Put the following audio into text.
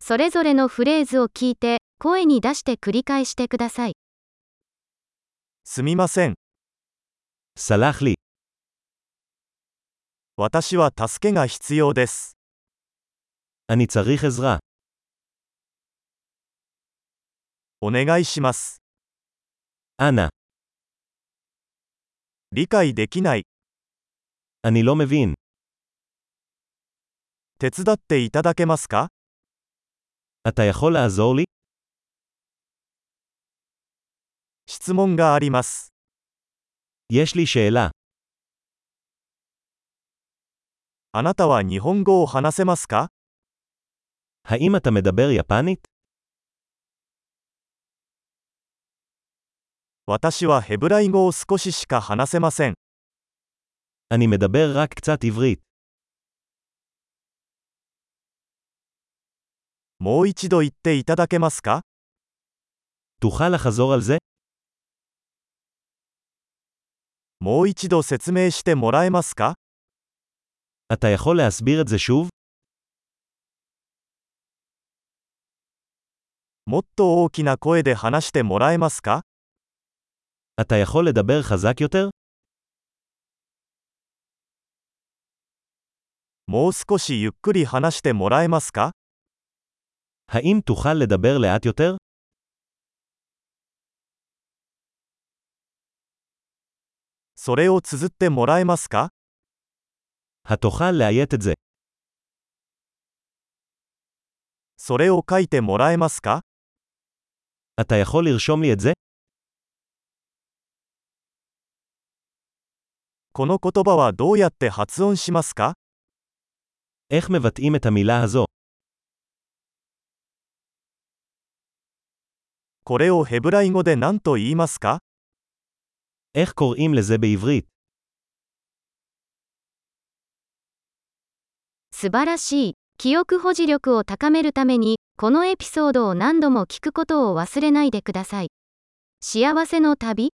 それぞれのフレーズを聞いて、声に出して繰り返してください。すみません。 סלח לי, 私は助けが必要です。 אני צריך עזרה, お願いします。 אנא, 理解できない。 אני לא מבין, 手伝っていただけますか אתה יכול לעזור לי? 質問があります。 יש לי שאלה, あなたは日本語を話せますか האם אתה מדבר יפנית? 私はヘブライ語を少ししか話せません。 אני מדבר רק קצת עברית. もう一度言っていただけますか תוכל לחזור על זה? もう一度説明してもらえますか אתה יכול להסביר את זה שוב? もっと大きな声で話してもらえますか אתה יכול לדבר חזק יותר? もう少しゆっくり話してもらえますか האם תוכל לדבר לאט יותר? それを綴ってもらえますか התוכל לאיית את זה. それを書いてもらえますか אתה יכול לרשום לי את זה? この言葉はどうやって発音しますか איך מבטאים את המילה הזו? これをヘブライ語で何と言いますか איך קוראים לזה בעברית? 素晴らしい。記憶保持力を高めるために、このエピソードを何度も聞くことを忘れないでください。幸せの旅